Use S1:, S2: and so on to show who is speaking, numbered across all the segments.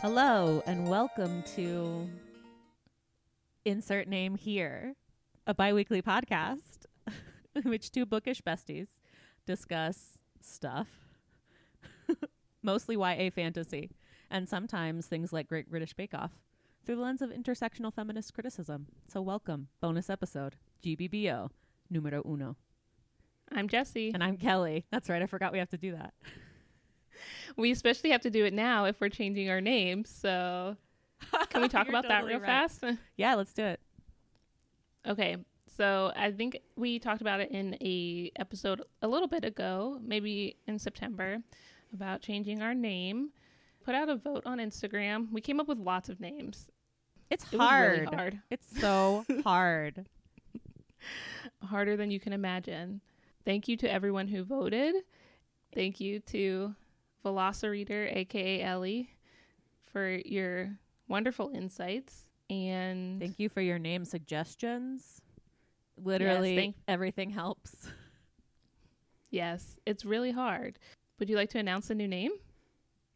S1: Hello and welcome to Insert Name Here, a biweekly podcast in which two bookish besties discuss stuff, mostly YA fantasy, and sometimes things like Great British Bake Off through the lens of intersectional feminist criticism. So, welcome. Bonus episode GBBO numero uno.
S2: I'm Jesse.
S1: And I'm Kelly. That's right. I forgot we have to do that.
S2: We especially have to do it now if we're changing our names. So, can we talk
S1: You're
S2: about that
S1: totally
S2: real
S1: right.
S2: fast?
S1: Yeah, let's do it.
S2: Okay. So, I think we talked about it in a episode a little bit ago, maybe in September, about changing our name. Put out a vote on Instagram. We came up with lots of names.
S1: It's
S2: It was
S1: hard.
S2: really hard.
S1: It's so hard.
S2: Harder than you can imagine. Thank you to everyone who voted. Thank you to Velocireader, aka Ellie, for your wonderful insights. And
S1: Thank you for your name suggestions. Literally,
S2: thank-
S1: everything helps.
S2: Yes, it's really hard. Would you like to announce a new name?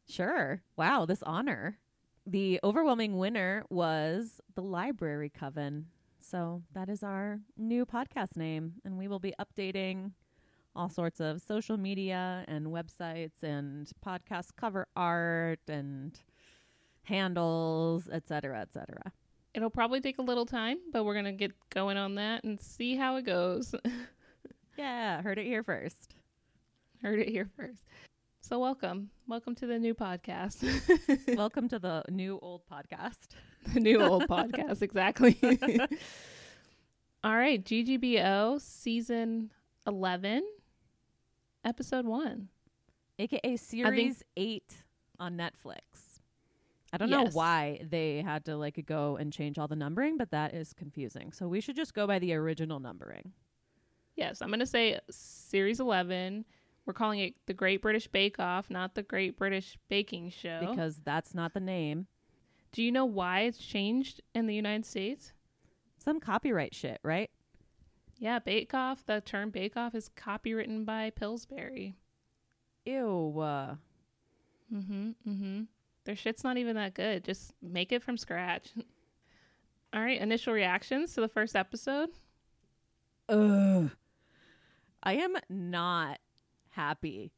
S1: Sure. Wow, this honor. The overwhelming winner was the Library Coven. So that is our new podcast name, and we will be updating all sorts of social media and websites and podcast cover art and handles, et cetera, et cetera.
S2: It'll probably take a little time, but we're going to get going on that and see how it goes.
S1: Yeah, heard it here first.
S2: Heard it here first. So, welcome. Welcome to the new podcast.
S1: Welcome to the new old podcast.
S2: the new old podcast, exactly. All right, GGBO season 11, episode 1.
S1: aka series eight on Netflix. I don't know
S2: Yes.
S1: why they had to like go and change all the numbering, but that is confusing. So we should just go by the original numbering.
S2: Yes, I'm going to say series 11. We're calling it the Great British Bake Off, not the Great British Baking Show.
S1: Because that's not the name.
S2: Do you know why it's changed in the United States?
S1: Some copyright shit, right?
S2: Yeah, Bake Off, the term Bake Off is copywritten by Pillsbury.
S1: Ew. Uh,
S2: Mm hmm. Mm hmm. Their shit's not even that good. Just make it from scratch. All right, initial reactions to the first episode.
S1: ugh. I am not happy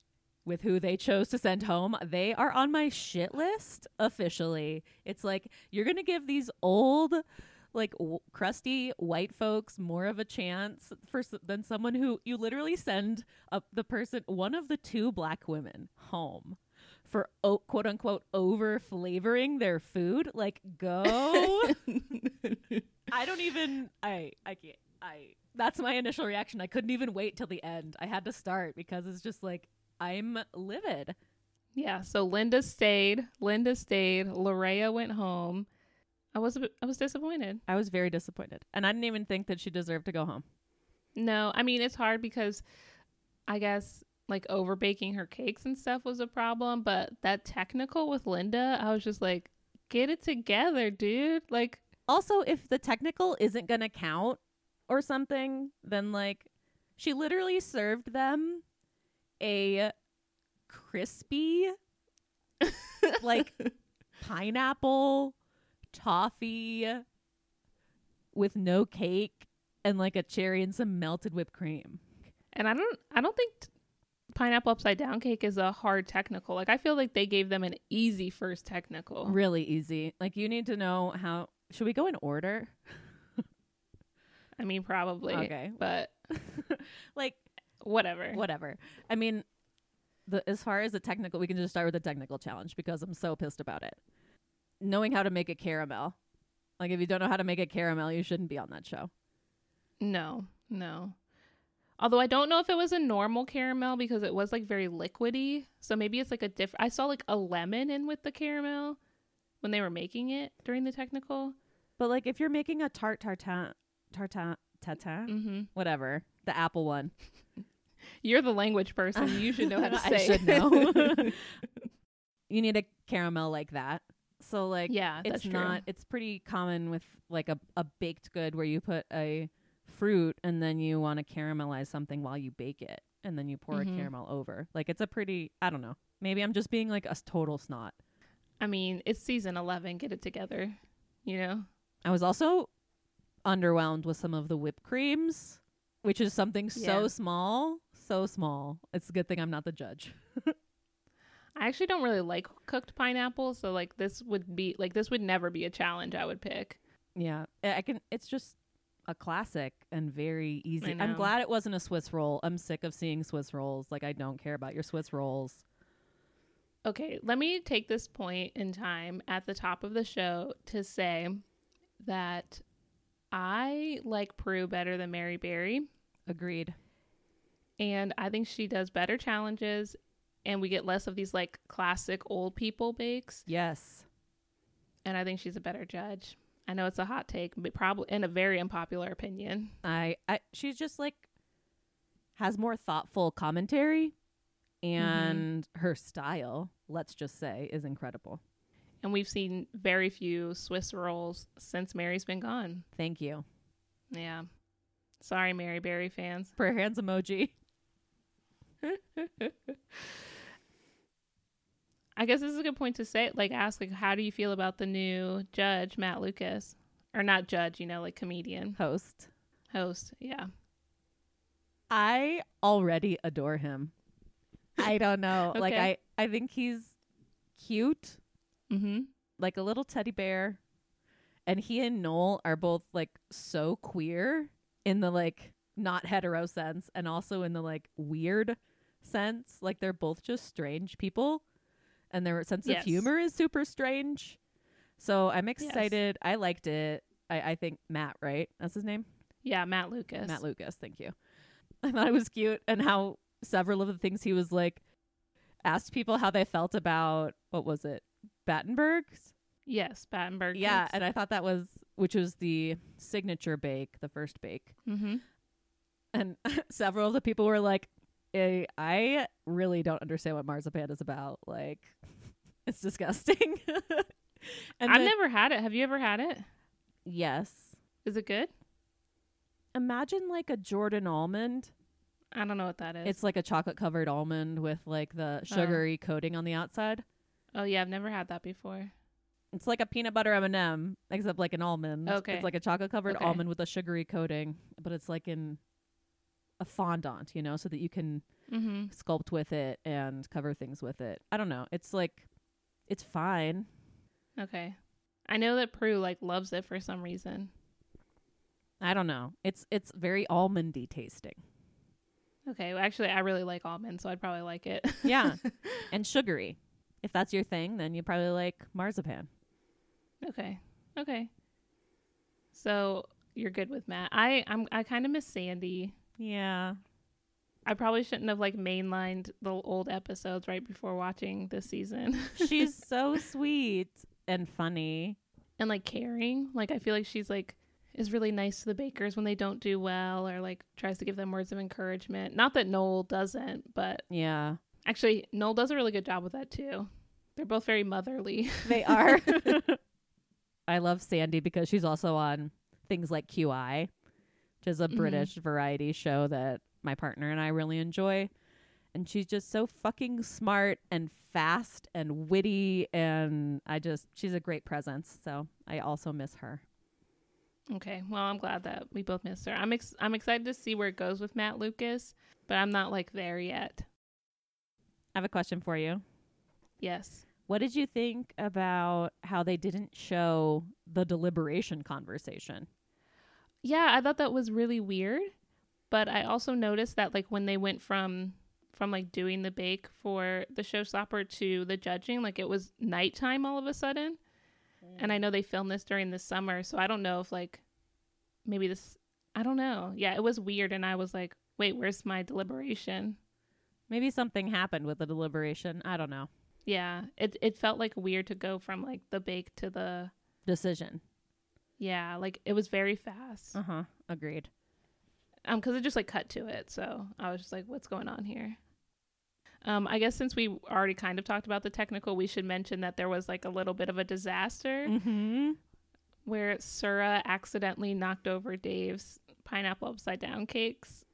S1: with who they chose to send home. They are on my shit list officially. It's like you're going to give these old like w- crusty white folks more of a chance for s- than someone who you literally send up the person one of the two black women home for o- quote unquote over flavoring their food like go I don't even I I can't I that's my initial reaction. I couldn't even wait till the end. I had to start because it's just like I'm livid.
S2: Yeah, so Linda stayed. Linda stayed. Larea went home. I was a bit- I was disappointed.
S1: I was very disappointed. And I didn't even think that she deserved to go home.
S2: No, I mean it's hard because I guess like over baking her cakes and stuff was a problem, but that technical with Linda, I was just like, get it together, dude. Like,
S1: Also, if the technical isn't going to count or something, then like she literally served them a crispy like pineapple toffee with no cake and like a cherry and some melted whipped cream.
S2: and I don't I don't think t- pineapple upside down cake is a hard technical. Like I feel like they gave them an easy first technical.
S1: Really easy. Like you need to know how should we go in order?
S2: I mean probably.
S1: Okay.
S2: But
S1: Like
S2: whatever.
S1: whatever. I mean, the as far as the technical, we can just start with the technical challenge because I'm so pissed about it. Knowing how to make a caramel, like if you don't know how to make a caramel, you shouldn't be on that show.
S2: No. No. Although I don't know if it was a normal caramel because it was like very liquidy. So maybe it's like a different I saw like a lemon in with the caramel when they were making it during the technical.
S1: But like if you're making a tart tartin, tartin, tatin,
S2: Mhm.
S1: whatever, the apple one,
S2: You're the language person. You should know how to say.
S1: I should
S2: it.
S1: know. you need a caramel like that. So like,
S2: yeah, Uh, that's
S1: it's not it's pretty common with like a, a baked good where you put a fruit and then you want to caramelize something while you bake it and then you pour
S2: Mhm.
S1: a caramel over like it's a pretty i don't know maybe i'm just being like a s- total snot
S2: I mean, it's season 11. Get it together, you know?
S1: I was also underwhelmed with some of the whipped creams, which is something
S2: Yeah.
S1: so small, so small. It's a good thing I'm not the judge.
S2: I actually don't really like cooked pineapple, so like this would be like this would never be a challenge I would pick.
S1: Yeah, I I can. It's just a classic and very easy. I'm
S2: know.
S1: glad it wasn't a Swiss roll. I'm sick of seeing Swiss rolls. Like I don't care about your Swiss rolls.
S2: Okay, let me take this point in time at the top of the show to say that I like Prue better than Mary Berry,
S1: Agreed.
S2: and I think she does better challenges and we get less of these like classic old people bakes
S1: Yes.
S2: and I think she's a better judge. I know it's a hot take, but probably and a very unpopular opinion.
S1: I, I she's just like has more thoughtful commentary and her style, let's just say, is incredible.
S2: And we've seen very few Swiss rolls since Mary's been gone.
S1: Thank you.
S2: Yeah. Sorry, Mary Berry fans.
S1: Prayer hands emoji.
S2: I guess this is a good point to say, like, ask, like, how do you feel about the new judge, Matt Lucas? Or not judge, you know, like comedian,
S1: Host.
S2: host. Yeah.
S1: I already adore him. I don't know. Like I
S2: Okay.
S1: I think he's cute,
S2: Mm-hmm.
S1: like a little teddy bear. And he and Noel are both like so queer in the like not hetero sense and also in the like weird sense. Like they're both just strange people and their sense
S2: Yes.
S1: of humor is super strange. So I'm
S2: Yes.
S1: excited. I liked it. I, I think Matt, right? That's his name?
S2: Yeah, Matt Lucas.
S1: Matt Lucas, thank you. I thought it was cute and how several of the things he was like asked people how they felt about what was it? Battenbergs?
S2: yes, Battenberg.
S1: Yeah, and I thought that was which was the signature bake, the first bake.
S2: mm-hmm.
S1: And several of the people were like, "Eh, I really don't understand what marzipan is about. Like it's disgusting. and
S2: I've
S1: then-
S2: never had it. Have you ever had it?
S1: Yes.
S2: Is it good?
S1: Imagine like a Jordan almond
S2: I don't know what that is.
S1: It's like a chocolate covered almond with like the sugary coating on the outside.
S2: oh, yeah, I've never had that before.
S1: It's like a peanut butter M and m except like an almond.
S2: Okay.
S1: It's like a chocolate covered
S2: Okay.
S1: almond with a sugary coating, but it's like in a fondant, you know, so that you can
S2: Mm-hmm.
S1: sculpt with it and cover things with it. I don't know. It's like it's fine.
S2: Okay. I know that Prue, like, loves it for some reason.
S1: I don't know. It's it's very almondy tasting.
S2: Okay. Well, actually, I really like almonds, so I'd probably like it.
S1: Yeah. and sugary. If that's your thing, then you probably like marzipan.
S2: Okay. Okay. So you're good with Matt. I I'm I kind of miss Sandy.
S1: Yeah.
S2: I probably shouldn't have like mainlined the old episodes right before watching this season.
S1: She's so sweet and funny.
S2: and like caring. Like I feel like she's like is really nice to the bakers when they don't do well or like tries to give them words of encouragement. Not that Noel doesn't, but
S1: Yeah,
S2: actually Noel does a really good job with that too. They're both very motherly.
S1: they are. I love Sandy because she's also on things like QI, which is a
S2: Mhm.
S1: British variety show that my partner and I really enjoy. And she's just so fucking smart and fast and witty. And I just, she's a great presence. So I also miss her.
S2: Okay. Well, I'm glad that we both missed her. I'm ex- I'm excited to see where it goes with Matt Lucas, but I'm not like there yet.
S1: I have a question for you.
S2: Yes.
S1: What did you think about how they didn't show the deliberation conversation?
S2: yeah i thought that was really weird but i also noticed that like when they went from from like doing the bake for the showstopper to the judging like it was nighttime all of a sudden
S1: Mm.
S2: and i know they filmed this during the summer so i don't know if like maybe this i don't know yeah it was weird and i was like wait where's my deliberation
S1: Maybe something happened with the deliberation. I don't know.
S2: yeah it, it felt like weird to go from like the bake to the
S1: Decision.
S2: yeah like it was very fast
S1: Uh huh. Agreed.
S2: um because it just like cut to it so i was just like what's going on here um i guess since we already kind of talked about the technical we should mention that there was like a little bit of a disaster
S1: Mm-hmm.
S2: where sura accidentally knocked over dave's pineapple upside down cakes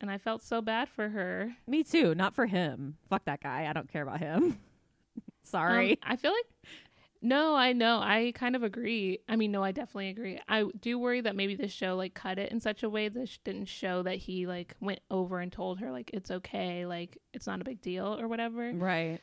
S2: and i felt so bad for her
S1: Me too. Not for him. Fuck that guy. I don't care about him.
S2: Um,
S1: Sorry.
S2: I feel like no, I know. I kind of agree. I mean, no, I definitely agree. I do worry that maybe this show like cut it in such a way that sh- didn't show that he like went over and told her like it's okay, like it's not a big deal or whatever.
S1: Um, right.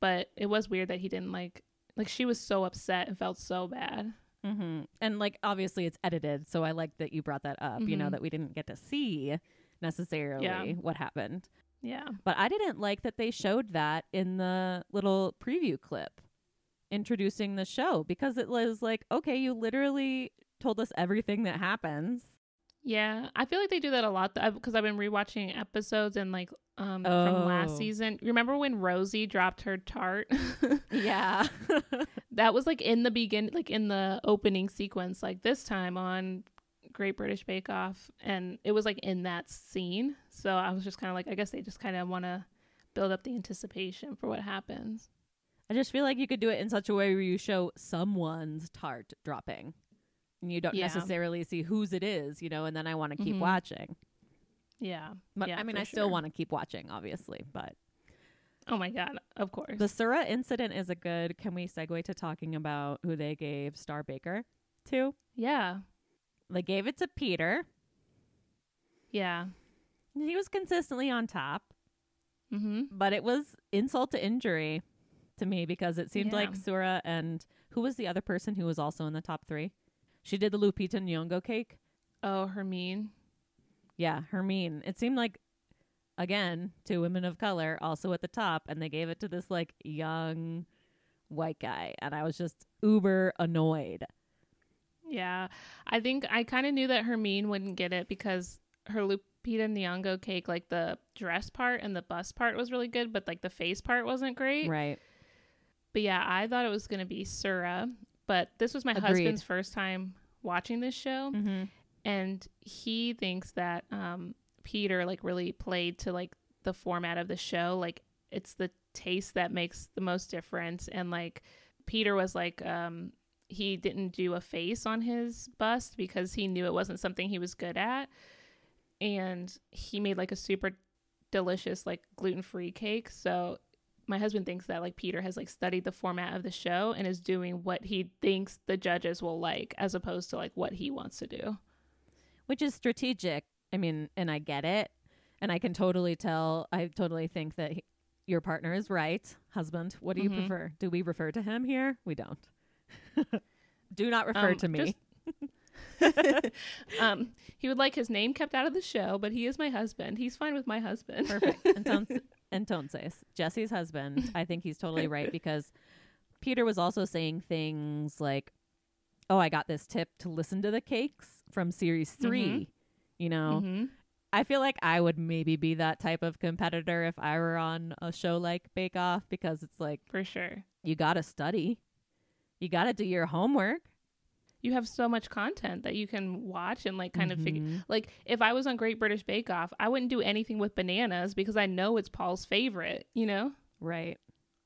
S2: But it was weird that he didn't like like she was so upset and felt so bad.
S1: hmm And like obviously it's edited, so I like that you brought that up. You know
S2: Mhm.
S1: that we didn't get to see necessarily what happened,
S2: Yeah.
S1: but I didn't like that they showed that in the little preview clip introducing the show because it was like, okay, you literally told us everything that happens.
S2: Yeah, I feel like they do that a lot because I've been rewatching episodes and like um from
S1: Oh.
S2: last season. Remember when Rosie dropped her tart?
S1: Yeah.
S2: that was like in the begin like in the opening sequence like this time on great british bake off and it was like in that scene so i was just kind of like i guess they just kind of want to build up the anticipation for what happens
S1: I just feel like you could do it in such a way where you show someone's tart dropping. And you don't
S2: Yeah.
S1: necessarily see whose it is, you know, and then I want to keep
S2: Mhm.
S1: watching.
S2: yeah
S1: But
S2: Yeah,
S1: I mean,
S2: for
S1: I still
S2: sure.
S1: want to keep watching, obviously. But
S2: oh my god of course
S1: the Sura incident is a good. Can we segue to talking about who they gave Star Baker to?
S2: yeah
S1: They gave it to Peter.
S2: yeah
S1: He was consistently on top,
S2: mm-hmm
S1: but it was insult to injury to me because it seemed
S2: Yeah.
S1: like Sura and who was the other person who was also in the top three? She did the Lupita Nyong'o cake.
S2: oh hermine
S1: Yeah, Hermine. It seemed like again two women of color also at the top, and they gave it to this like young white guy, and I was just uber annoyed.
S2: yeah i think i kind of knew that hermine wouldn't get it because her lupita nyong'o cake like the dress part and the bust part was really good but like the face part wasn't great
S1: Right.
S2: But yeah, I thought it was going to be Sura, but this was my
S1: Agreed.
S2: husband's first time watching this show
S1: Mm-hmm.
S2: and he thinks that um Peter like really played to like the format of the show, like it's the taste that makes the most difference and like Peter was like um he didn't do a face on his bust because he knew it wasn't something he was good at and he made like a super delicious like gluten-free cake so my husband thinks that like peter has like studied the format of the show and is doing what he thinks the judges will like as opposed to like what he wants to do
S1: Which is strategic. I mean, and I get it, and I can totally tell. I totally think that he- your partner is right, husband. What do you
S2: Mhm.
S1: prefer? Do we refer to him here? We don't. do not refer
S2: Um,
S1: to me.
S2: just- um, he would like his name kept out of the show, but he is my husband. He's fine with my husband.
S1: Perfect. Entonces, entonces, Jesse's husband, I think he's totally right because Peter was also saying things like, "Oh, I got this tip to listen to the cakes from series
S2: Mm-hmm.
S1: 3." You know,
S2: Mhm.
S1: I feel like I would maybe be that type of competitor if I were on a show like Bake Off because it's like
S2: for sure.
S1: you got to study. You got to do your homework.
S2: You have so much content that you can watch and like kind of figure.
S1: Mhm.
S2: Like if I was on Great British Bake Off, I wouldn't do anything with bananas because I know it's Paul's favorite. You know.
S1: Right.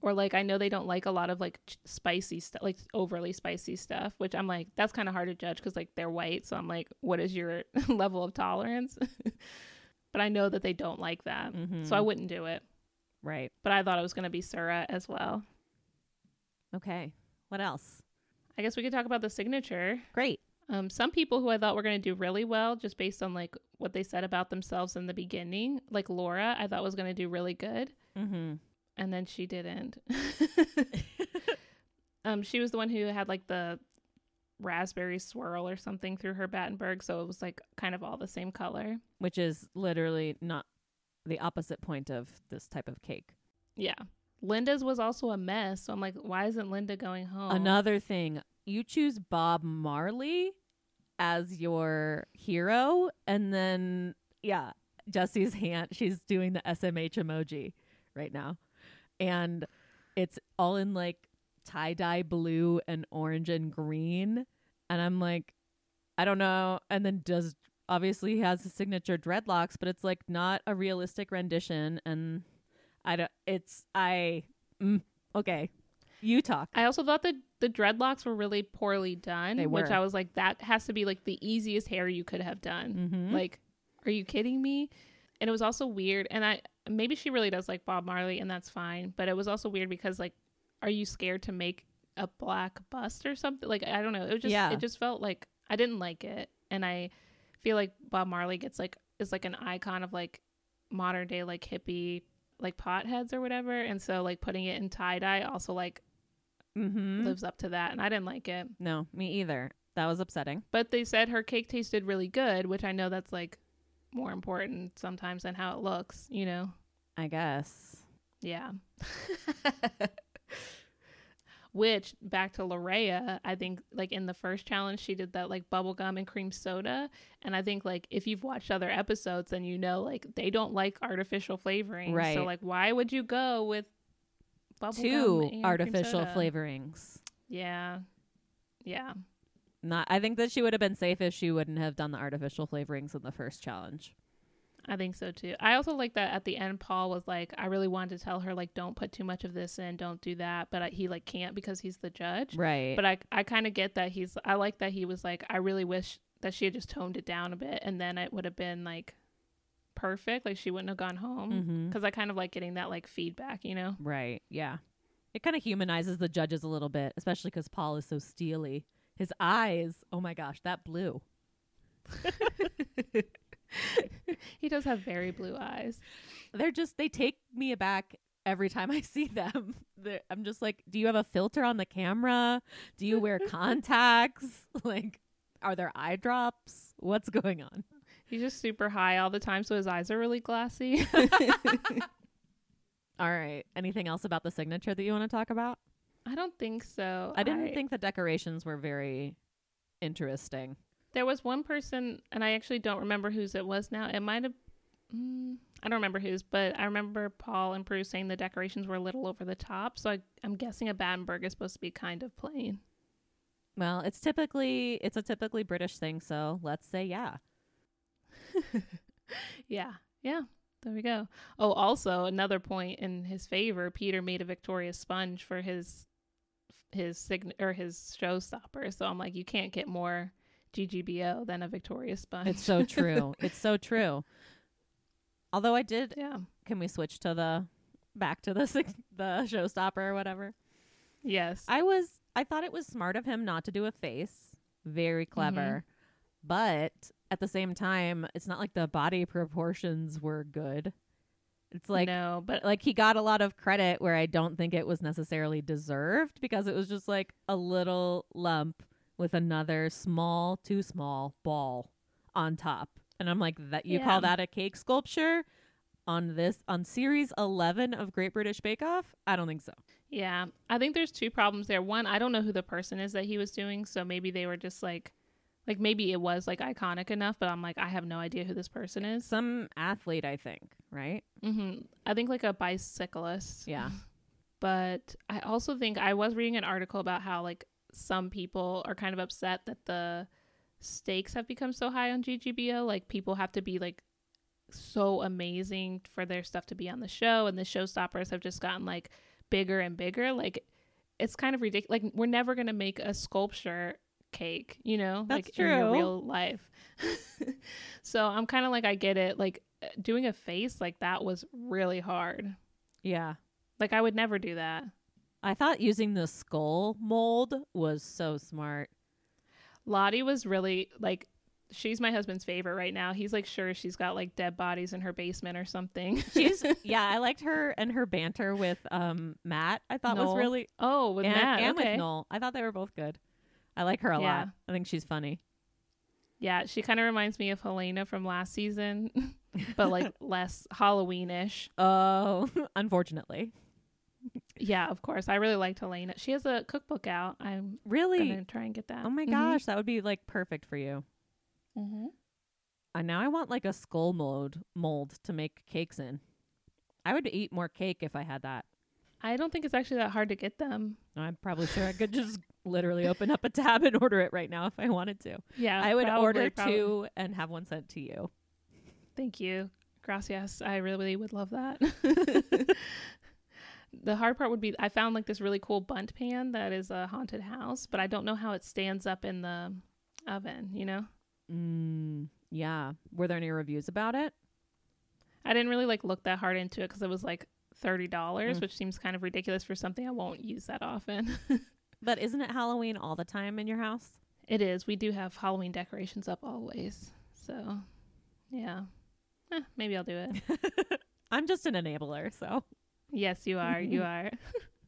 S2: Or like I know they don't like a lot of like ch- spicy stuff, like overly spicy stuff, which I'm like that's kind of hard to judge because like they're white, so I'm like, what is your level of tolerance? but I know that they don't like that,
S1: Mhm.
S2: so I wouldn't do it.
S1: Right.
S2: but I thought it was going to be Sura as well.
S1: Okay. What else?
S2: I guess we could talk about the signature.
S1: Great.
S2: Um, some people who I thought were going to do really well, just based on like what they said about themselves in the beginning, like Laura, I thought was going to do really good,
S1: Mhm.
S2: and then she didn't. um, she was the one who had like the raspberry swirl or something through her Battenberg, so it was like kind of all the same color.
S1: which is literally not the opposite point of this type of cake.
S2: Yeah. Linda's was also a mess, so I'm like, why isn't Linda going home?
S1: Another thing, you choose Bob Marley as your hero, and then, yeah, Jesse's hand, she's doing the SMH emoji right now. And it's all in like tie dye blue and orange and green. And I'm like, I don't know. And then does obviously he has his signature dreadlocks, but it's like not a realistic rendition. And I don't, it's, I, mm, okay. You talk.
S2: I also thought that the dreadlocks were really poorly done,
S1: They
S2: which
S1: were.
S2: I was like, that has to be like the easiest hair you could have done.
S1: Mm-hmm.
S2: Like, are you kidding me? And it was also weird. And I maybe she really does like Bob Marley, and that's fine. But it was also weird because like are you scared to make a black bust or something? Like I don't know. It was just
S1: Yeah.
S2: it just felt like I didn't like it, and I feel like Bob Marley gets like is like an icon of like modern day like hippie like potheads or whatever, and so like putting it in tie dye also like
S1: Mm-hmm.
S2: lives up to that, and I didn't like it.
S1: No, me either. That was upsetting.
S2: But they said her cake tasted really good, which I know that's like more important sometimes than how it looks, you know?
S1: I guess.
S2: Yeah. Which back to Larea, I think like in the first challenge she did that like bubblegum and cream soda. And I think like if you've watched other episodes then you know like they don't like artificial flavoring.
S1: Right.
S2: So like why would you go with bubblegum?
S1: Two
S2: and cream
S1: artificial
S2: soda?
S1: flavorings.
S2: Yeah. Yeah.
S1: Not I think that she would have been safe if she wouldn't have done the artificial flavorings in the first challenge.
S2: I think so too. I also like that at the end, Paul was like, I really wanted to tell her, like, don't put too much of this in, don't do that. But I, he, like, can't because he's the judge.
S1: Right.
S2: But I, I kind of get that he's, I like that he was like, I really wish that she had just toned it down a bit and then it would have been, like, perfect. Like, she wouldn't have gone home.
S1: mm-hmm.
S2: Because I kind of like getting that, like, feedback, you know?
S1: Right. Yeah. It kind of humanizes the judges a little bit, especially because Paul is so steely. His eyes, oh my gosh, that blue.
S2: He does have very blue eyes.
S1: They're just, they take me aback every time I see them. They're, I'm just like, do you have a filter on the camera? Do you wear contacts? Like, are there eye drops? What's going on?
S2: He's just super high all the time. So his eyes are really glassy.
S1: All right. Anything else about the signature that you want to talk about?
S2: I don't think so.
S1: I didn't think the decorations were very interesting.
S2: There was one person, and I actually don't remember whose it was now. It might have, mm, I don't remember whose, but I remember Paul and Bruce saying the decorations were a little over the top. So I, I'm guessing a Battenberg is supposed to be kind of plain.
S1: Well, it's typically it's a typically British thing, so let's say yeah.
S2: Yeah. Yeah. There we go. Oh, also another point in his favor, Peter made a Victoria sponge for his his sign or his showstopper. So I'm like, you can't get more GGBO than a Victoria sponge.
S1: It's so true. it's so true. Although I did
S2: yeah.
S1: can we switch to the back to the sig- the showstopper or whatever?
S2: Yes.
S1: I was I thought it was smart of him not to do a face. Very
S2: Mm-hmm.
S1: clever. But at the same time, it's not like the body proportions were good. It's like
S2: no, but
S1: like he got a lot of credit where I don't think it was necessarily deserved because it was just like a little lump with another small, too small ball on top. And I'm like, that you
S2: Yeah.
S1: call that a cake sculpture on this on series eleven of Great British Bake Off? I don't think so.
S2: Yeah, I think there's two problems there. One, I don't know who the person is that he was doing, so maybe they were just like, like maybe it was like iconic enough, but I'm like, I have no idea who this person is.
S1: Some athlete, I think, right?
S2: hmm I think like a bicyclist.
S1: Yeah.
S2: But I also think I was reading an article about how like some people are kind of upset that the stakes have become so high on GGBO. Like people have to be like so amazing for their stuff to be on the show, and the showstoppers have just gotten like bigger and bigger. Like it's kind of ridiculous. Like we're never gonna make a sculpture cake, you know,
S1: That's
S2: like in your
S1: true.
S2: real life. so I'm kind of like I get it. Like doing a face like that was really hard.
S1: Yeah.
S2: Like I would never do that.
S1: I thought using the skull mold was so smart.
S2: Lottie was really like she's my husband's favorite right now. He's like sure she's got like dead bodies in her basement or something.
S1: She's yeah, I liked her and her banter with um Matt. I thought
S2: Noel.
S1: was really
S2: oh, with
S1: and,
S2: Matt.
S1: and
S2: okay.
S1: with Noel. I thought they were both good. I like her a
S2: Yeah.
S1: lot. I think she's funny.
S2: Yeah, she kind of reminds me of Helena from last season, but like less Halloweenish.
S1: Oh, unfortunately,
S2: Yeah, of course. I really liked Helena. She has a cookbook out. I'm
S1: really.
S2: gonna try and get that.
S1: Oh my
S2: Mhm.
S1: gosh, that would be like perfect for you.
S2: Mhm.
S1: And now I want like a skull mold mold to make cakes in. I would eat more cake if I had that.
S2: I don't think it's actually that hard to get them.
S1: I'm probably sure I could just literally open up a tab and order it right now if I wanted to.
S2: Yeah,
S1: I would
S2: probably,
S1: order
S2: probably.
S1: two and have one sent to you.
S2: Thank you. Gracias. I really would love that. the hard part would be I found like this really cool bunt pan that is a haunted house, but I don't know how it stands up in the oven, you know?
S1: Mm, yeah. Were there any reviews about it?
S2: I didn't really like look that hard into it cuz it was like thirty dollars, which seems kind of ridiculous for something I won't use that often.
S1: But isn't it Halloween all the time in your house?
S2: it is. We do have Halloween decorations up always, so yeah, Eh, maybe I'll do it.
S1: I'm just an enabler, so.
S2: Yes, you are. You are.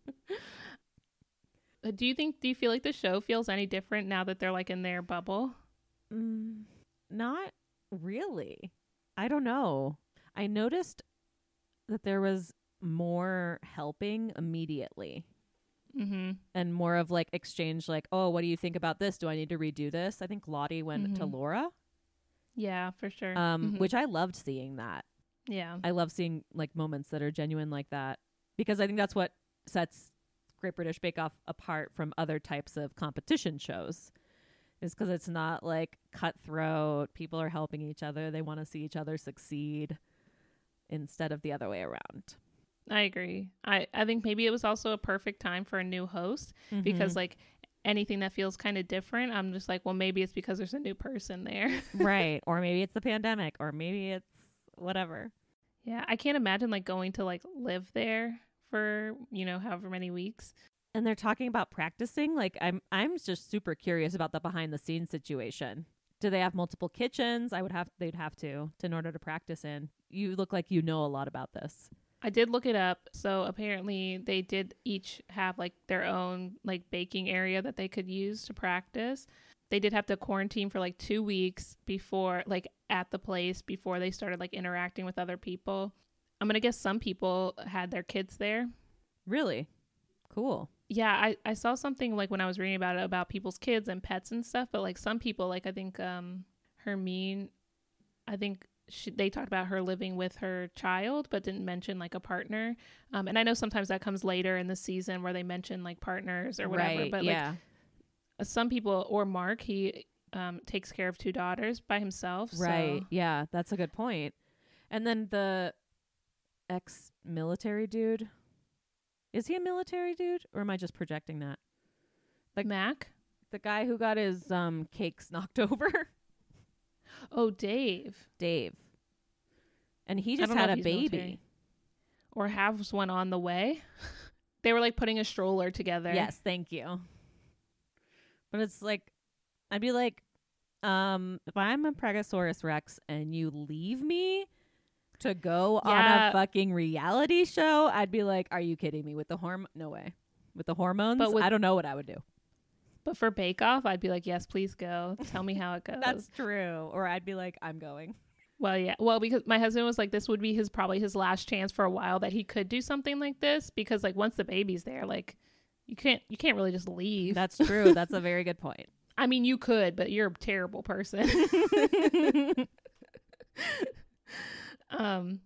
S2: Uh, do you think? Do you feel like the show feels any different now that they're like in their bubble?
S1: Mm, not really. I don't know. I noticed that there was more helping immediately
S2: Mm-hmm.
S1: and more of like exchange, like, oh, what do you think about this? Do I need to redo this? I think Lottie went to
S2: Mhm.
S1: Laura,
S2: Yeah, for sure.
S1: um,
S2: Mhm.
S1: which I loved seeing that.
S2: yeah,
S1: I love seeing like moments that are genuine like that because I think that's what sets Great British Bake Off apart from other types of competition shows. Is because it's not like cutthroat. People are helping each other. They want to see each other succeed instead of the other way around.
S2: I agree. I I think maybe it was also a perfect time for a new host because
S1: Mm-hmm.
S2: like anything that feels kind of different, I'm just like, well, maybe it's because there's a new person there.
S1: right, or maybe it's the pandemic, or maybe it's whatever.
S2: yeah, I can't imagine like going to like live there for you know however many weeks.
S1: And they're talking about practicing. Like I'm, I'm just super curious about the behind the scenes situation. Do they have multiple kitchens? I would have, they'd have to, to in order to practice in. You look like you know a lot about this.
S2: I did look it up. So apparently they did each have like their own like baking area that they could use to practice. They did have to quarantine for like 2 weeks before like at the place before they started like interacting with other people. I'm going to guess some people had their kids there.
S1: Really, cool.
S2: Yeah, I, I saw something like when I was reading about it about people's kids and pets and stuff, but like some people like I think um Hermine I think she, they talked about her living with her child but didn't mention like a partner. Um and I know sometimes that comes later in the season where they mention like partners or whatever,
S1: right?
S2: but
S1: yeah,
S2: like some people or Mark he um takes care of two daughters by himself. so-
S1: right. Yeah, that's a good point. And then the ex-military dude. Is he a military dude, or am I just projecting that? Like-
S2: Mac?
S1: The guy who got his um cakes knocked over.
S2: Oh, Dave.
S1: Dave. And he just
S2: don't know
S1: had
S2: if
S1: a
S2: he's
S1: baby.
S2: military. Or has one on the way. they were like putting a stroller together.
S1: Yes, thank you. But it's like I'd be like, um, if I'm a Pregosaurus Rex and you leave me to go on
S2: Yeah.
S1: a fucking reality show, I'd be like, Are you kidding me? With the horm no way. With the hormones,
S2: But with-
S1: I don't know what I would do.
S2: But for Bake Off, I'd be like, yes, please go. Tell me how it goes.
S1: That's true. Or I'd be like, I'm going.
S2: well, yeah. Well, because my husband was like, this would be his probably his last chance for a while that he could do something like this because like once the baby's there, like you can't you can't really just leave.
S1: That's true. That's a very good point.
S2: I mean, you could, but you're a terrible person. um,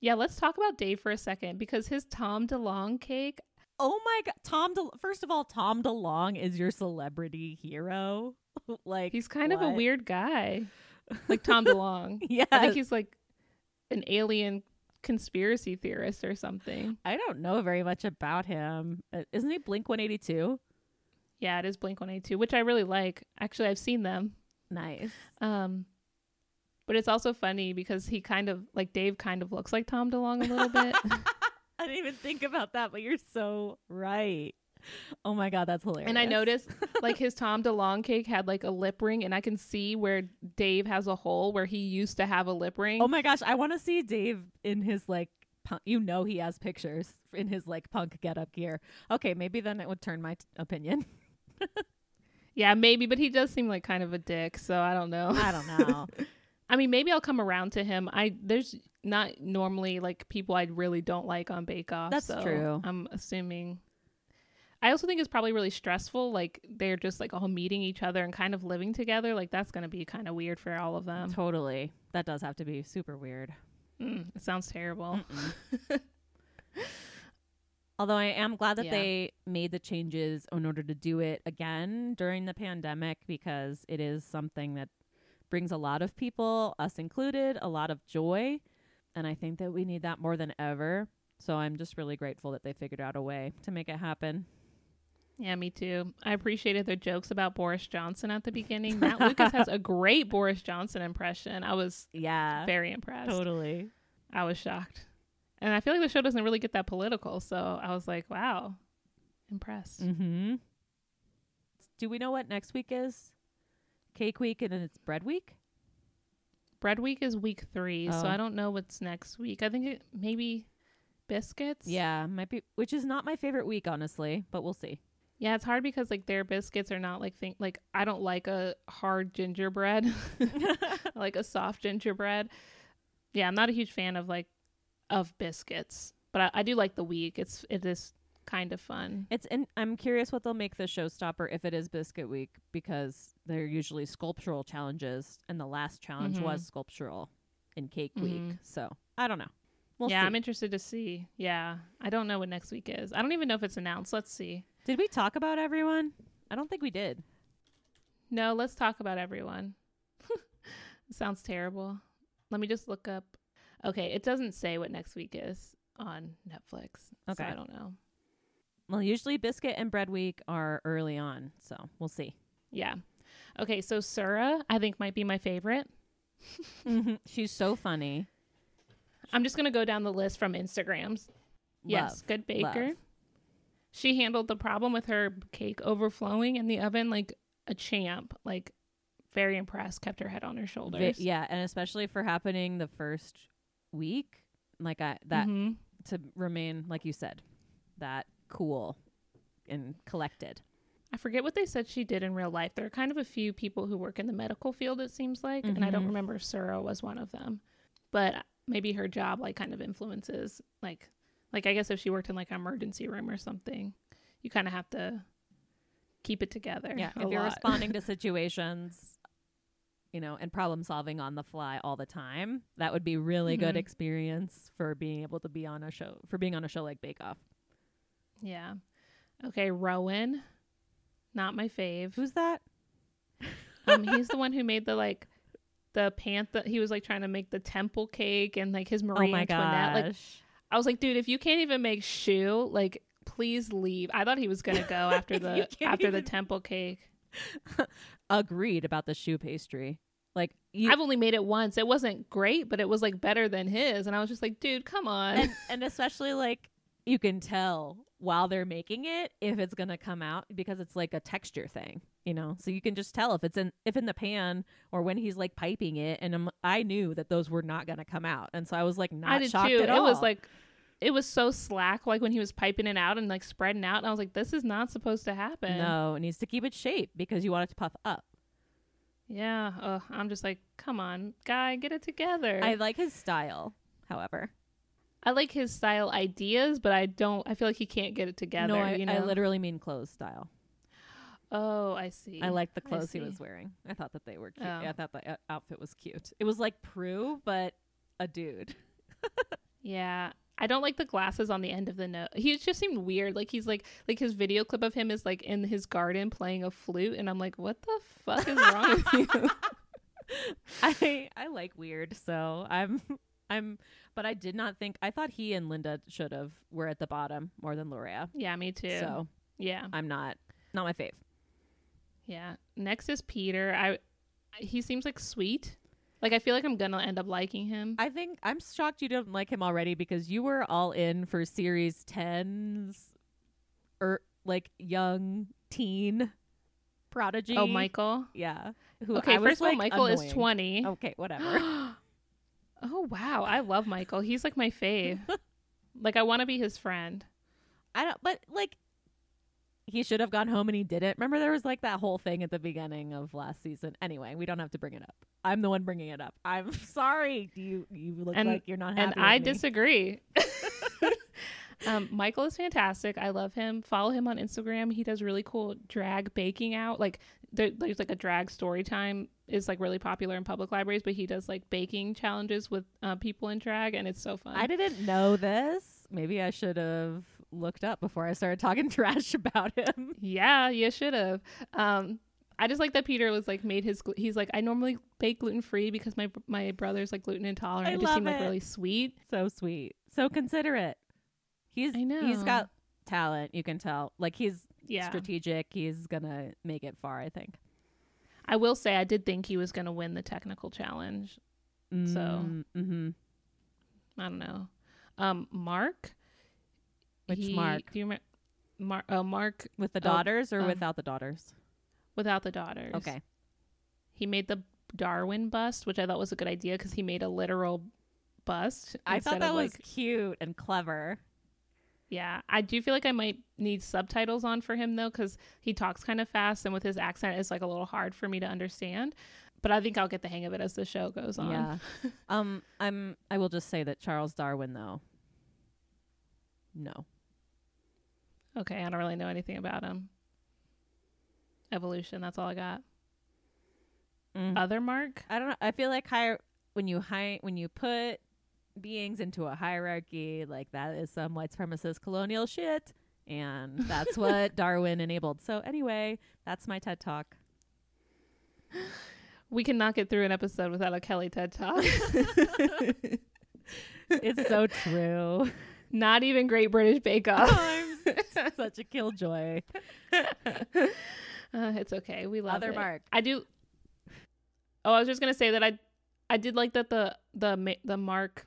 S2: yeah. Let's talk about Dave for a second because his Tom DeLong cake.
S1: Oh my god, Tom. De- First of all, Tom DeLong is your celebrity hero. like
S2: He's kind of a
S1: what?
S2: weird guy, like Tom DeLong.
S1: Yeah,
S2: I think he's like an alien conspiracy theorist or something.
S1: I don't know very much about him. Uh, Isn't he Blink 182?
S2: Yeah, it is Blink 182, which I really like. Actually, I've seen them.
S1: Nice.
S2: Um, but it's also funny because he kind of, like, Dave kind of looks like Tom DeLong a little bit.
S1: I didn't even think about that, but you're so right. Oh my god, that's hilarious.
S2: and I noticed, like, his Tom DeLong cake had, like, a lip ring, and I can see where Dave has a hole where he used to have a lip ring.
S1: Oh my gosh, I want to see Dave in his like punk, you know he has pictures in his like punk getup gear. Okay, maybe then it would turn my t- opinion.
S2: yeah, maybe, but he does seem like kind of a dick, so I don't know.
S1: I don't know.
S2: I mean, maybe I'll come around to him. I there's not normally like people I really don't like on Bake Off.
S1: That's
S2: so
S1: true.
S2: I'm assuming. I also think it's probably really stressful. Like they're just like all meeting each other and kind of living together. Like that's gonna be kind of weird for all of them.
S1: totally. That does have to be super weird.
S2: Mm, it sounds terrible.
S1: Although I am glad that
S2: Yeah.
S1: they made the changes in order to do it again during the pandemic because it is something that brings a lot of people, us included, a lot of joy. And I think that we need that more than ever. So I'm just really grateful that they figured out a way to make it happen.
S2: Yeah, me too. I appreciated their jokes about Boris Johnson at the beginning. Matt Lucas has a great Boris Johnson impression. I was
S1: Yeah.
S2: very impressed.
S1: Totally.
S2: I was shocked. And I feel like the show doesn't really get that political. So I was like, wow, impressed.
S1: Mm-hmm. Do we know what next week is? Cake week and then it's bread week?
S2: Bread week is week three. So
S1: Oh.
S2: I don't know what's next week. I think it maybe biscuits.
S1: Yeah, might be which is not my favorite week, honestly, but we'll see.
S2: Yeah, it's hard because like their biscuits are not like think like I don't like a hard gingerbread, I like a soft gingerbread. Yeah, I'm not a huge fan of like of biscuits, but I, I do like the week. It's it is kind of fun.
S1: It's and I'm curious what they'll make the showstopper if it is biscuit week because they're usually sculptural challenges and the last challenge
S2: Mhm.
S1: was sculptural in cake week.
S2: Mhm.
S1: So, I don't know. We'll
S2: yeah,
S1: see.
S2: I'm interested to see. Yeah, I don't know what next week is. I don't even know if it's announced. Let's see.
S1: did we talk about everyone? I don't think we did.
S2: No, let's talk about everyone. Sounds terrible. Let me just look up. Okay, it doesn't say what next week is on Netflix.
S1: Okay.
S2: so I don't know.
S1: Well, usually biscuit and bread week are early on, so we'll see.
S2: Yeah. Okay, so Sura, I think might be my favorite.
S1: She's so funny.
S2: I'm just gonna go down the list from Instagrams. yes,
S1: Love,
S2: good baker.
S1: love.
S2: She handled the problem with her cake overflowing in the oven like a champ. Like very impressed. Kept her head on her
S1: Vi-
S2: shoulders.
S1: yeah, and especially for happening the first week, like I that
S2: Mhm.
S1: to remain like you said, that cool and collected.
S2: I forget what they said she did in real life. There are kind of a few people who work in the medical field, it seems like, and I don't
S1: Mhm.
S2: remember if Sura was one of them. But maybe her job like kind of influences like like I guess if she worked in like an emergency room or something, you kind of have to keep it together.
S1: Yeah,
S2: a
S1: if you're
S2: lot.
S1: responding to situations, you know, and problem solving on the fly all the time, that would be really good
S2: Mhm.
S1: experience for being able to be on a show for being on a show like Bake Off.
S2: yeah. Okay, Rowan, not my fave.
S1: Who's that?
S2: Um, he's the one who made the like the panther. He was like trying to make the temple cake and like his Marie
S1: oh my
S2: Antoinette. Like
S1: gosh.
S2: I was like, dude, if you can't even make shoe, like please leave. I thought he was gonna go after
S1: If you
S2: the
S1: can't
S2: after the
S1: even-
S2: temple cake.
S1: Agreed about the shoe pastry. Like you,
S2: I've only made it once. It wasn't great, but it was like better than his. And I was just like, dude, come on.
S1: and, and especially like you can tell while they're making it if it's gonna come out because it's like a texture thing you know so you can just tell if it's in if in the pan or when he's like piping it and I'm, i knew that those were not gonna come out and so i was like not
S2: I did
S1: shocked
S2: too.
S1: at
S2: it
S1: all
S2: was like it was so slack, like when he was piping it out and like spreading out, and I was like, this is not supposed to happen.
S1: no it needs to keep its shape because you want it to puff up
S2: Yeah. Ugh, I'm just like, come on, guy, get it together.
S1: i like his style however
S2: I like his style ideas, but I don't. I feel like he can't get it together.
S1: no I,
S2: you know?
S1: I literally mean clothes style
S2: oh, I see.
S1: I liked the clothes he
S2: see.
S1: was wearing. I thought that they were cute.
S2: Oh.
S1: I thought the uh, outfit was cute. It was like Prue, but a dude.
S2: Yeah. I don't like the glasses on the end of the nose. He just seemed weird. Like he's like like his video clip of him is like in his garden playing a flute and I'm like, what the fuck is wrong with you?
S1: I I like weird, so I'm I'm but I did not think I thought he and Linda should have were at the bottom more than Lorea.
S2: Yeah, me too.
S1: So
S2: Yeah.
S1: I'm not not my fave.
S2: Yeah. Next is Peter. I he seems like sweet. Like I feel like I'm gonna end up liking him.
S1: I think I'm shocked you didn't like him already because you were all in for series 10's or like young teen prodigy.
S2: oh, Michael.
S1: Yeah. Who
S2: Okay,
S1: I was,
S2: first of all,
S1: like,
S2: Michael is
S1: annoying.
S2: 20.
S1: Okay, whatever.
S2: oh wow, I love Michael. He's like my fave. like I want to be his friend.
S1: I don't but like he should have gone home and he didn't. Remember there was like that whole thing at the beginning of last season. Anyway, we don't have to bring it up. I'm the one bringing it up. I'm sorry. Do you you look
S2: And-
S1: like you're not happy
S2: and I
S1: with me.
S2: disagree. um, Michael is fantastic. I love him. Follow him on Instagram. He does really cool drag baking out. Like there, there's like a drag story time is like really popular in public libraries, but he does like baking challenges with uh, people in drag, and it's so fun.
S1: I didn't know this. Maybe I should have looked up before I started talking trash about him.
S2: yeah, you should have. Um, I just like that Peter was like made his. glu- He's like I normally bake gluten free because my my brother's like gluten intolerant.
S1: I
S2: it just
S1: love
S2: seemed like
S1: it.
S2: really sweet.
S1: So sweet. So considerate. He's
S2: I know.
S1: he's got talent, you can tell. Like he's
S2: Yeah.
S1: strategic. He's gonna make it far, I think.
S2: I will say I did think he was going to win the technical challenge.
S1: Mm, mm-hmm.
S2: I don't know. Um, Mark.
S1: Which
S2: he-
S1: Mark?
S2: Do you remember? Mar- uh, Mark
S1: With the
S2: Oh,
S1: daughters or
S2: um,
S1: without the daughters?
S2: without the daughters.
S1: Okay.
S2: He made the Darwin bust, which I thought was a good idea because he made a literal bust.
S1: I thought
S2: instead
S1: that
S2: of,
S1: was
S2: like-
S1: cute and clever.
S2: yeah. I do feel like I might need subtitles on for him though, because he talks kind of fast and with his accent, it's like a little hard for me to understand. But I think I'll get the hang of it as the show goes on.
S1: Yeah. um, I'm. I will just say that Charles Darwin, though. No.
S2: Okay, I don't really know anything about him. Evolution, that's all I got.
S1: Mm.
S2: Other Mark?
S1: I don't know. I feel like higher when you hi- when you put beings into a hierarchy, like that is some white supremacist colonial shit, and that's what Darwin enabled. So anyway, that's my TED talk.
S2: We cannot get through an episode without a Kelly TED Talk.
S1: It's so true.
S2: Not even Great British Bake Off.
S1: I'm s- such a killjoy.
S2: Uh, it's okay. We love
S1: Other
S2: it.
S1: Mark.
S2: I do. Oh, I was just gonna say that I, I did like that the the ma- the Mark,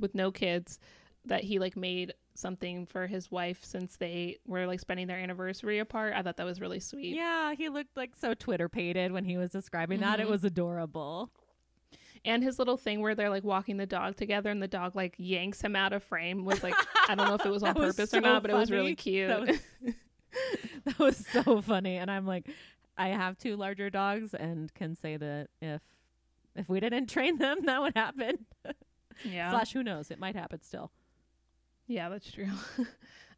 S2: with no kids, that he like made something for his wife since they were like spending their anniversary apart. I thought that was really sweet.
S1: Yeah, he looked like so Twitter pated when he was describing that. It
S2: Mhm.
S1: was adorable.
S2: And his little thing where they're like walking the dog together and the dog like yanks him out of frame was like I don't know if it was on
S1: That was
S2: purpose
S1: so
S2: or not, but it was
S1: funny.
S2: really cute.
S1: That was, that was so funny. And I'm like, I have two larger dogs and can say that if if we didn't train them, that would happen.
S2: yeah.
S1: Slash, who knows? It might happen still.
S2: Yeah, that's true.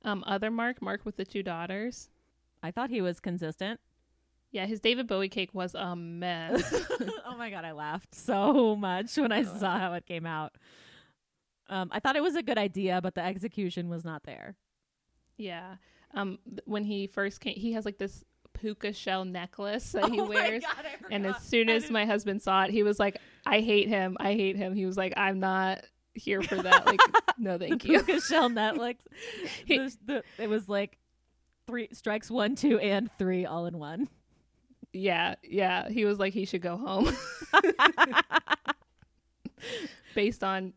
S2: um, other Mark, Mark with the two daughters.
S1: I thought he was consistent.
S2: Yeah, his David Bowie cake was a mess.
S1: oh my god, I laughed so much when I
S2: Oh.
S1: saw how it came out. Um, I thought it was a good idea, but the execution was not there.
S2: yeah. Um, th- when he first came, he has like this puka shell necklace that he wears.
S1: Oh god, I
S2: And as soon as my husband saw it, he was like, "I hate him. I hate him." He was like, "I'm not here for that. Like, no, thank
S1: the
S2: you."
S1: puka shell Netflix.
S2: He-
S1: the, the, it was like three strikes one, two, and three all in one.
S2: Yeah, yeah. He was like, he should go home based on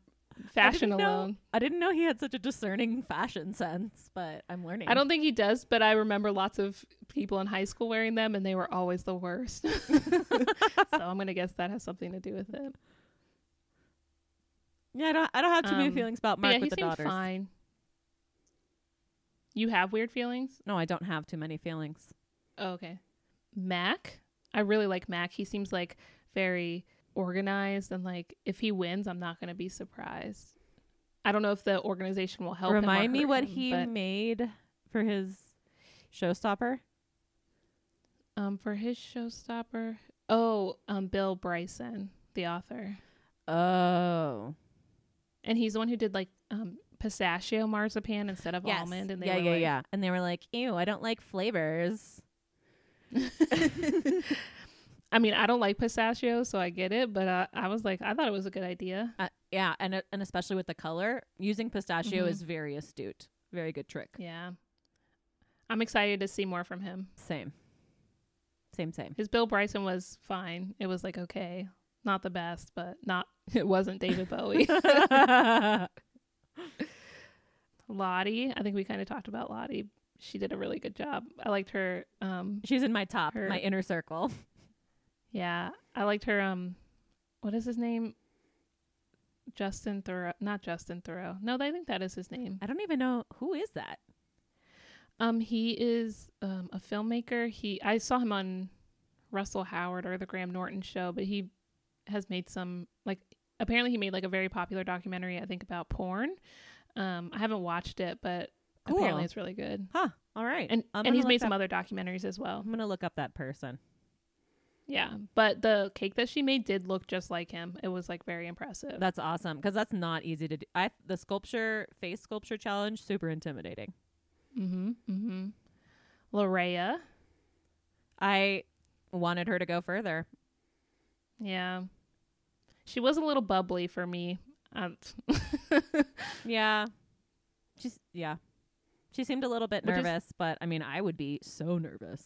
S2: fashion
S1: I didn't know-
S2: alone.
S1: I didn't know he had such a discerning fashion sense, but I'm learning.
S2: I don't think he does, but I remember lots of people in high school wearing them, and they were always the worst. so I'm gonna guess that has something to do with it.
S1: Yeah, I don't. I don't have too many
S2: Um,
S1: feelings about
S2: But
S1: Mark
S2: yeah, he
S1: with the
S2: seemed
S1: daughters.
S2: fine. You have weird feelings?
S1: No, I don't have too many feelings.
S2: Oh, okay. Mac, I really like Mac. He seems like very organized, and like if he wins, I'm not gonna be surprised. I don't know if the organization will help. him or
S1: Remind me
S2: hurt
S1: what
S2: him,
S1: he
S2: but,
S1: made for his showstopper.
S2: um for his showstopper. Oh, um, Bill Bryson, the author.
S1: Oh,
S2: And he's the one who did like um, pistachio marzipan instead of
S1: yes.
S2: almond. And they
S1: yeah,
S2: were
S1: yeah,
S2: like,
S1: yeah. And they were like, "Ew, I don't like flavors."
S2: I mean, I don't like pistachios, so I get it. But uh, I was like, I thought it was a good idea.
S1: Uh, yeah, and uh, and especially with the color, using pistachio
S2: Mhm.
S1: is very astute. Very good trick.
S2: Yeah. I'm excited to see more from him.
S1: Same. Same, same.
S2: His Bill Bryson was fine. It was like, okay, not the best, but not, it wasn't David Bowie. Lottie, I think we kind of talked about Lottie. She did a really good job. I liked her. Um,
S1: She's in my top,
S2: Her-
S1: my inner circle.
S2: yeah, I liked her. Um, what is his name? Justin Thoreau, not Justin Thoreau. No, I think that is his name.
S1: I don't even know who is that.
S2: Um, he is um, a filmmaker. He I saw him on Russell Howard or the Graham Norton show, but he has made some like apparently he made like a very popular documentary I think about porn. Um, I haven't watched it, but
S1: Cool.
S2: apparently it's really good.
S1: Huh. All right.
S2: And
S1: I'm
S2: and
S1: gonna
S2: he's
S1: look
S2: made some
S1: that-
S2: other documentaries as well.
S1: I'm gonna look up that person.
S2: Yeah, but the cake that she made did look just like him. It was like very impressive.
S1: That's awesome because that's not easy to do. I the sculpture face sculpture challenge super intimidating.
S2: mm-hmm. Mm-hmm. Larea.
S1: I wanted her to go further.
S2: Yeah. She was a little bubbly for me. Um,
S1: Yeah. She's yeah. She seemed a little bit
S2: Which is-
S1: nervous, but I mean, I would be so nervous.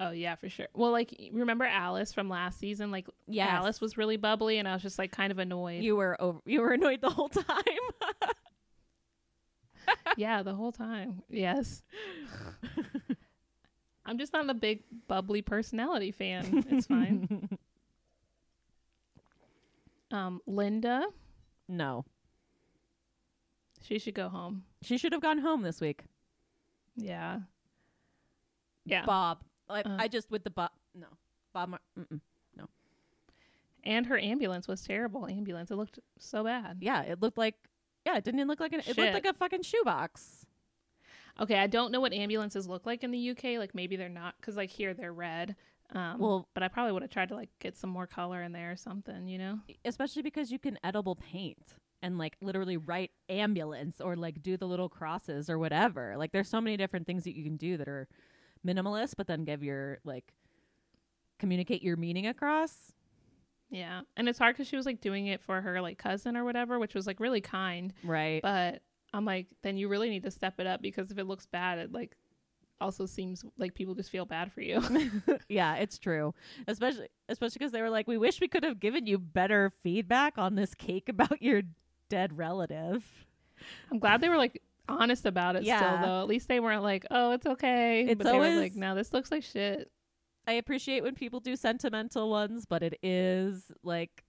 S2: Oh yeah, for sure. Well, like y- remember Alice from last season? Like
S1: Yes.
S2: Alice was really bubbly, and I was just like kind of annoyed.
S1: You were over, you were annoyed the whole time.
S2: Yeah, the whole time. Yes. I'm just not a big bubbly personality fan. It's fine. um, Linda,
S1: No.
S2: she should go home.
S1: She should have gone home this week.
S2: Yeah. Yeah.
S1: Bob. I,
S2: Uh.
S1: I just with the Bob. No. Bob. Mar- mm-mm.
S2: and her ambulance was terrible. Ambulance. It looked so bad.
S1: yeah, it looked like. Yeah, it didn't even look like an. It
S2: Shit.
S1: looked like a fucking shoebox.
S2: Okay, I don't know what ambulances look like in the UK. Like maybe they're not because like here they're red. Um,
S1: Well-
S2: but I probably would have tried to like get some more color in there or something. You know?
S1: E, Especially because you can edible paint and like literally write ambulance or like do the little crosses or whatever. Like there's so many different things that you can do that are minimalist, but then give your like communicate your meaning across.
S2: Yeah. And it's hard because she was like doing it for her like cousin or whatever, which was like really kind.
S1: Right.
S2: But I'm like, then you really need to step it up because if it looks bad, it like also seems like people just feel bad for you.
S1: yeah, it's true. Especially especially because they were like, we wish we could have given you better feedback on this cake about your dead relative.
S2: I'm glad they were like honest about it
S1: Yeah.
S2: still though. At least they weren't like, oh, it's okay.
S1: It's
S2: but they
S1: always-
S2: were like, no, this looks like shit.
S1: I appreciate when people do sentimental ones, but it is like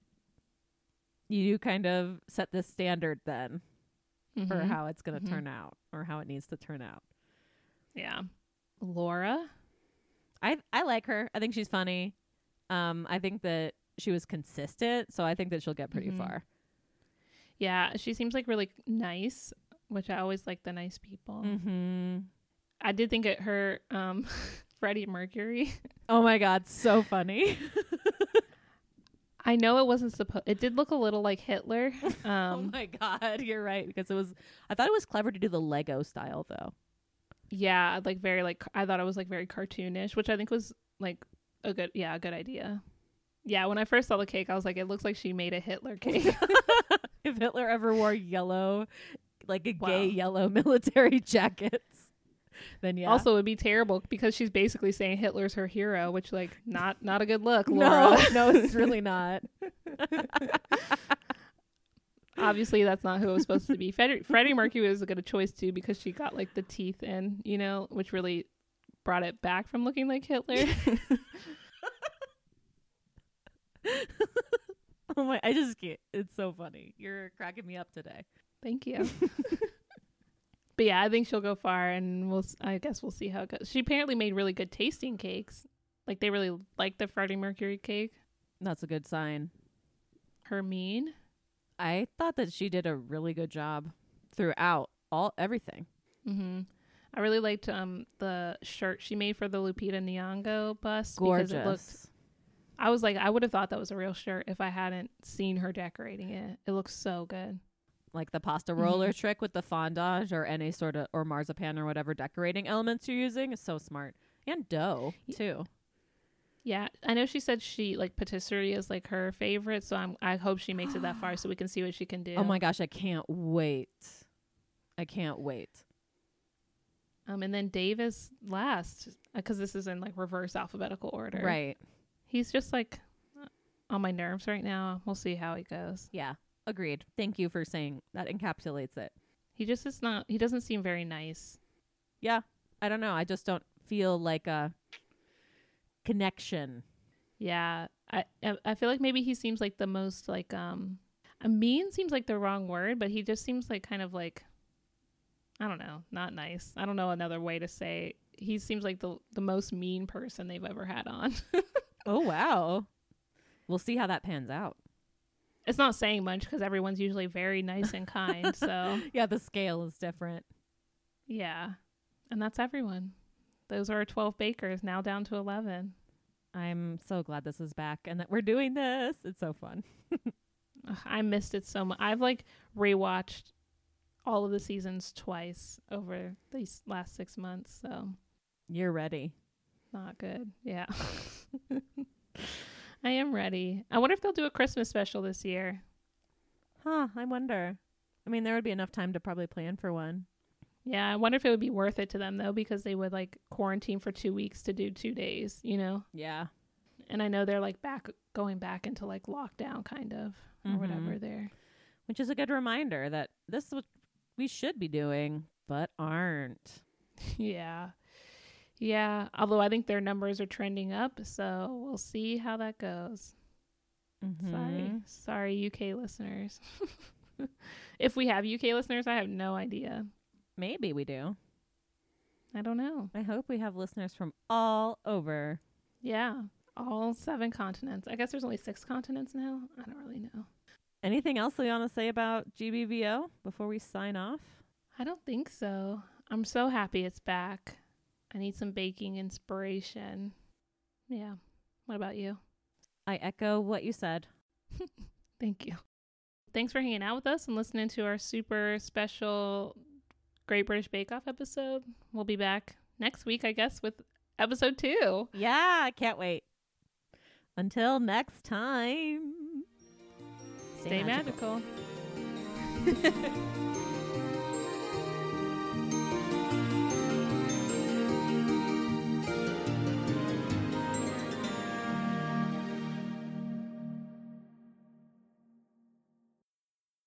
S1: you kind of set this standard then for
S2: Mhm.
S1: how it's going to
S2: Mhm.
S1: turn out or how it needs to turn out.
S2: Yeah. Laura.
S1: I I like her. I think she's funny. Um, I think that she was consistent, so I think that she'll get pretty
S2: Mhm.
S1: far.
S2: Yeah, she seems like really nice, which I always like the nice people.
S1: Mm-hmm.
S2: I did think at her um Freddie Mercury.
S1: Oh my god, so funny.
S2: I know it wasn't supposed. It did look a little like Hitler.
S1: oh
S2: Um,
S1: my god, you're right because it was. I thought it was clever to do the Lego style though.
S2: yeah, like very like I thought it was like very cartoonish, which I think was like a good yeah a good idea. Yeah, when I first saw the cake, I was like, it looks like she made a Hitler cake.
S1: If Hitler ever wore yellow, like a gay
S2: Wow.
S1: yellow military jackets, then yeah.
S2: Also, it would be terrible because she's basically saying Hitler's her hero, which like not not a good look, Laura.
S1: no, no, it's really not.
S2: obviously that's not who it was supposed to be. Freddie, Freddie Mercury was a good choice too because she got like the teeth in, you know, which really brought it back from looking like Hitler.
S1: Oh my, I just can't. It's so funny. You're cracking me up today.
S2: Thank you. but yeah, I think she'll go far, and we'll. s- I guess we'll see how it goes. She apparently made really good tasting cakes. Like they really liked the Freddie Mercury cake.
S1: That's a good sign.
S2: Her mean.
S1: I thought that she did a really good job throughout all everything.
S2: Mm-hmm. I really liked um the shirt she made for the Lupita Nyong'o bus
S1: Gorgeous.
S2: because it looked I was like, I would have thought that was a real shirt if I hadn't seen her decorating it. It looks so good.
S1: like the pasta roller trick with the fondage or any sort of or marzipan or whatever decorating elements you're using is so smart and dough too
S2: Yeah, I know she said she like patisserie is like her favorite, so I'm I hope she makes it that far so we can see what she can do.
S1: oh my gosh i can't wait i can't wait
S2: Um, and then Davis last because this is in like reverse alphabetical order.
S1: right
S2: He's just like on my nerves right now. We'll see how he goes.
S1: yeah agreed thank you for saying that encapsulates it
S2: He just is not. He doesn't seem very nice.
S1: yeah i don't know i just don't feel like a connection
S2: Yeah, I I I feel like maybe he seems like the most like um a mean seems like the wrong word, but he just seems like kind of like I don't know, not nice. I don't know another way to say. He seems like the the most mean person they've ever had on.
S1: oh wow we'll see how that pans out
S2: it's not saying much because everyone's usually very nice and kind. So
S1: yeah the scale is different
S2: yeah, and that's everyone. Those are our twelve bakers now down to eleven.
S1: i'm so glad this is back and that we're doing this it's so fun
S2: Ugh, I missed it so much. I've like rewatched all of the seasons twice over these last six months, so
S1: you're ready
S2: not good. Yeah. I am ready. I wonder if they'll do a Christmas special this year.
S1: Huh, I wonder. I mean, there would be enough time to probably plan for one.
S2: Yeah, I wonder if it would be worth it to them though, because they would like quarantine for two weeks to do two days, you know?
S1: Yeah.
S2: And I know they're like back going back into like lockdown kind of or
S1: Mhm.
S2: whatever there.
S1: Which is a good reminder that this is what we should be doing but aren't.
S2: Yeah. Yeah. Although I think their numbers are trending up, so we'll see how that goes.
S1: Mhm.
S2: Mm-hmm. Sorry, sorry, UK listeners. if we have UK listeners, I have no idea.
S1: Maybe we do.
S2: I don't know.
S1: I hope we have listeners from all over.
S2: Yeah. All seven continents. I guess there's only six continents now. I don't really know.
S1: Anything else we want to say about GBVO before we sign off?
S2: I don't think so. I'm so happy it's back. I need some baking inspiration. Yeah. What about you?
S1: I echo what you said.
S2: Thank you. Thanks for hanging out with us and listening to our super special Great British Bake Off episode. We'll be back next week, I guess, with episode two.
S1: Yeah, I can't wait. Until next time.
S2: Stay magical.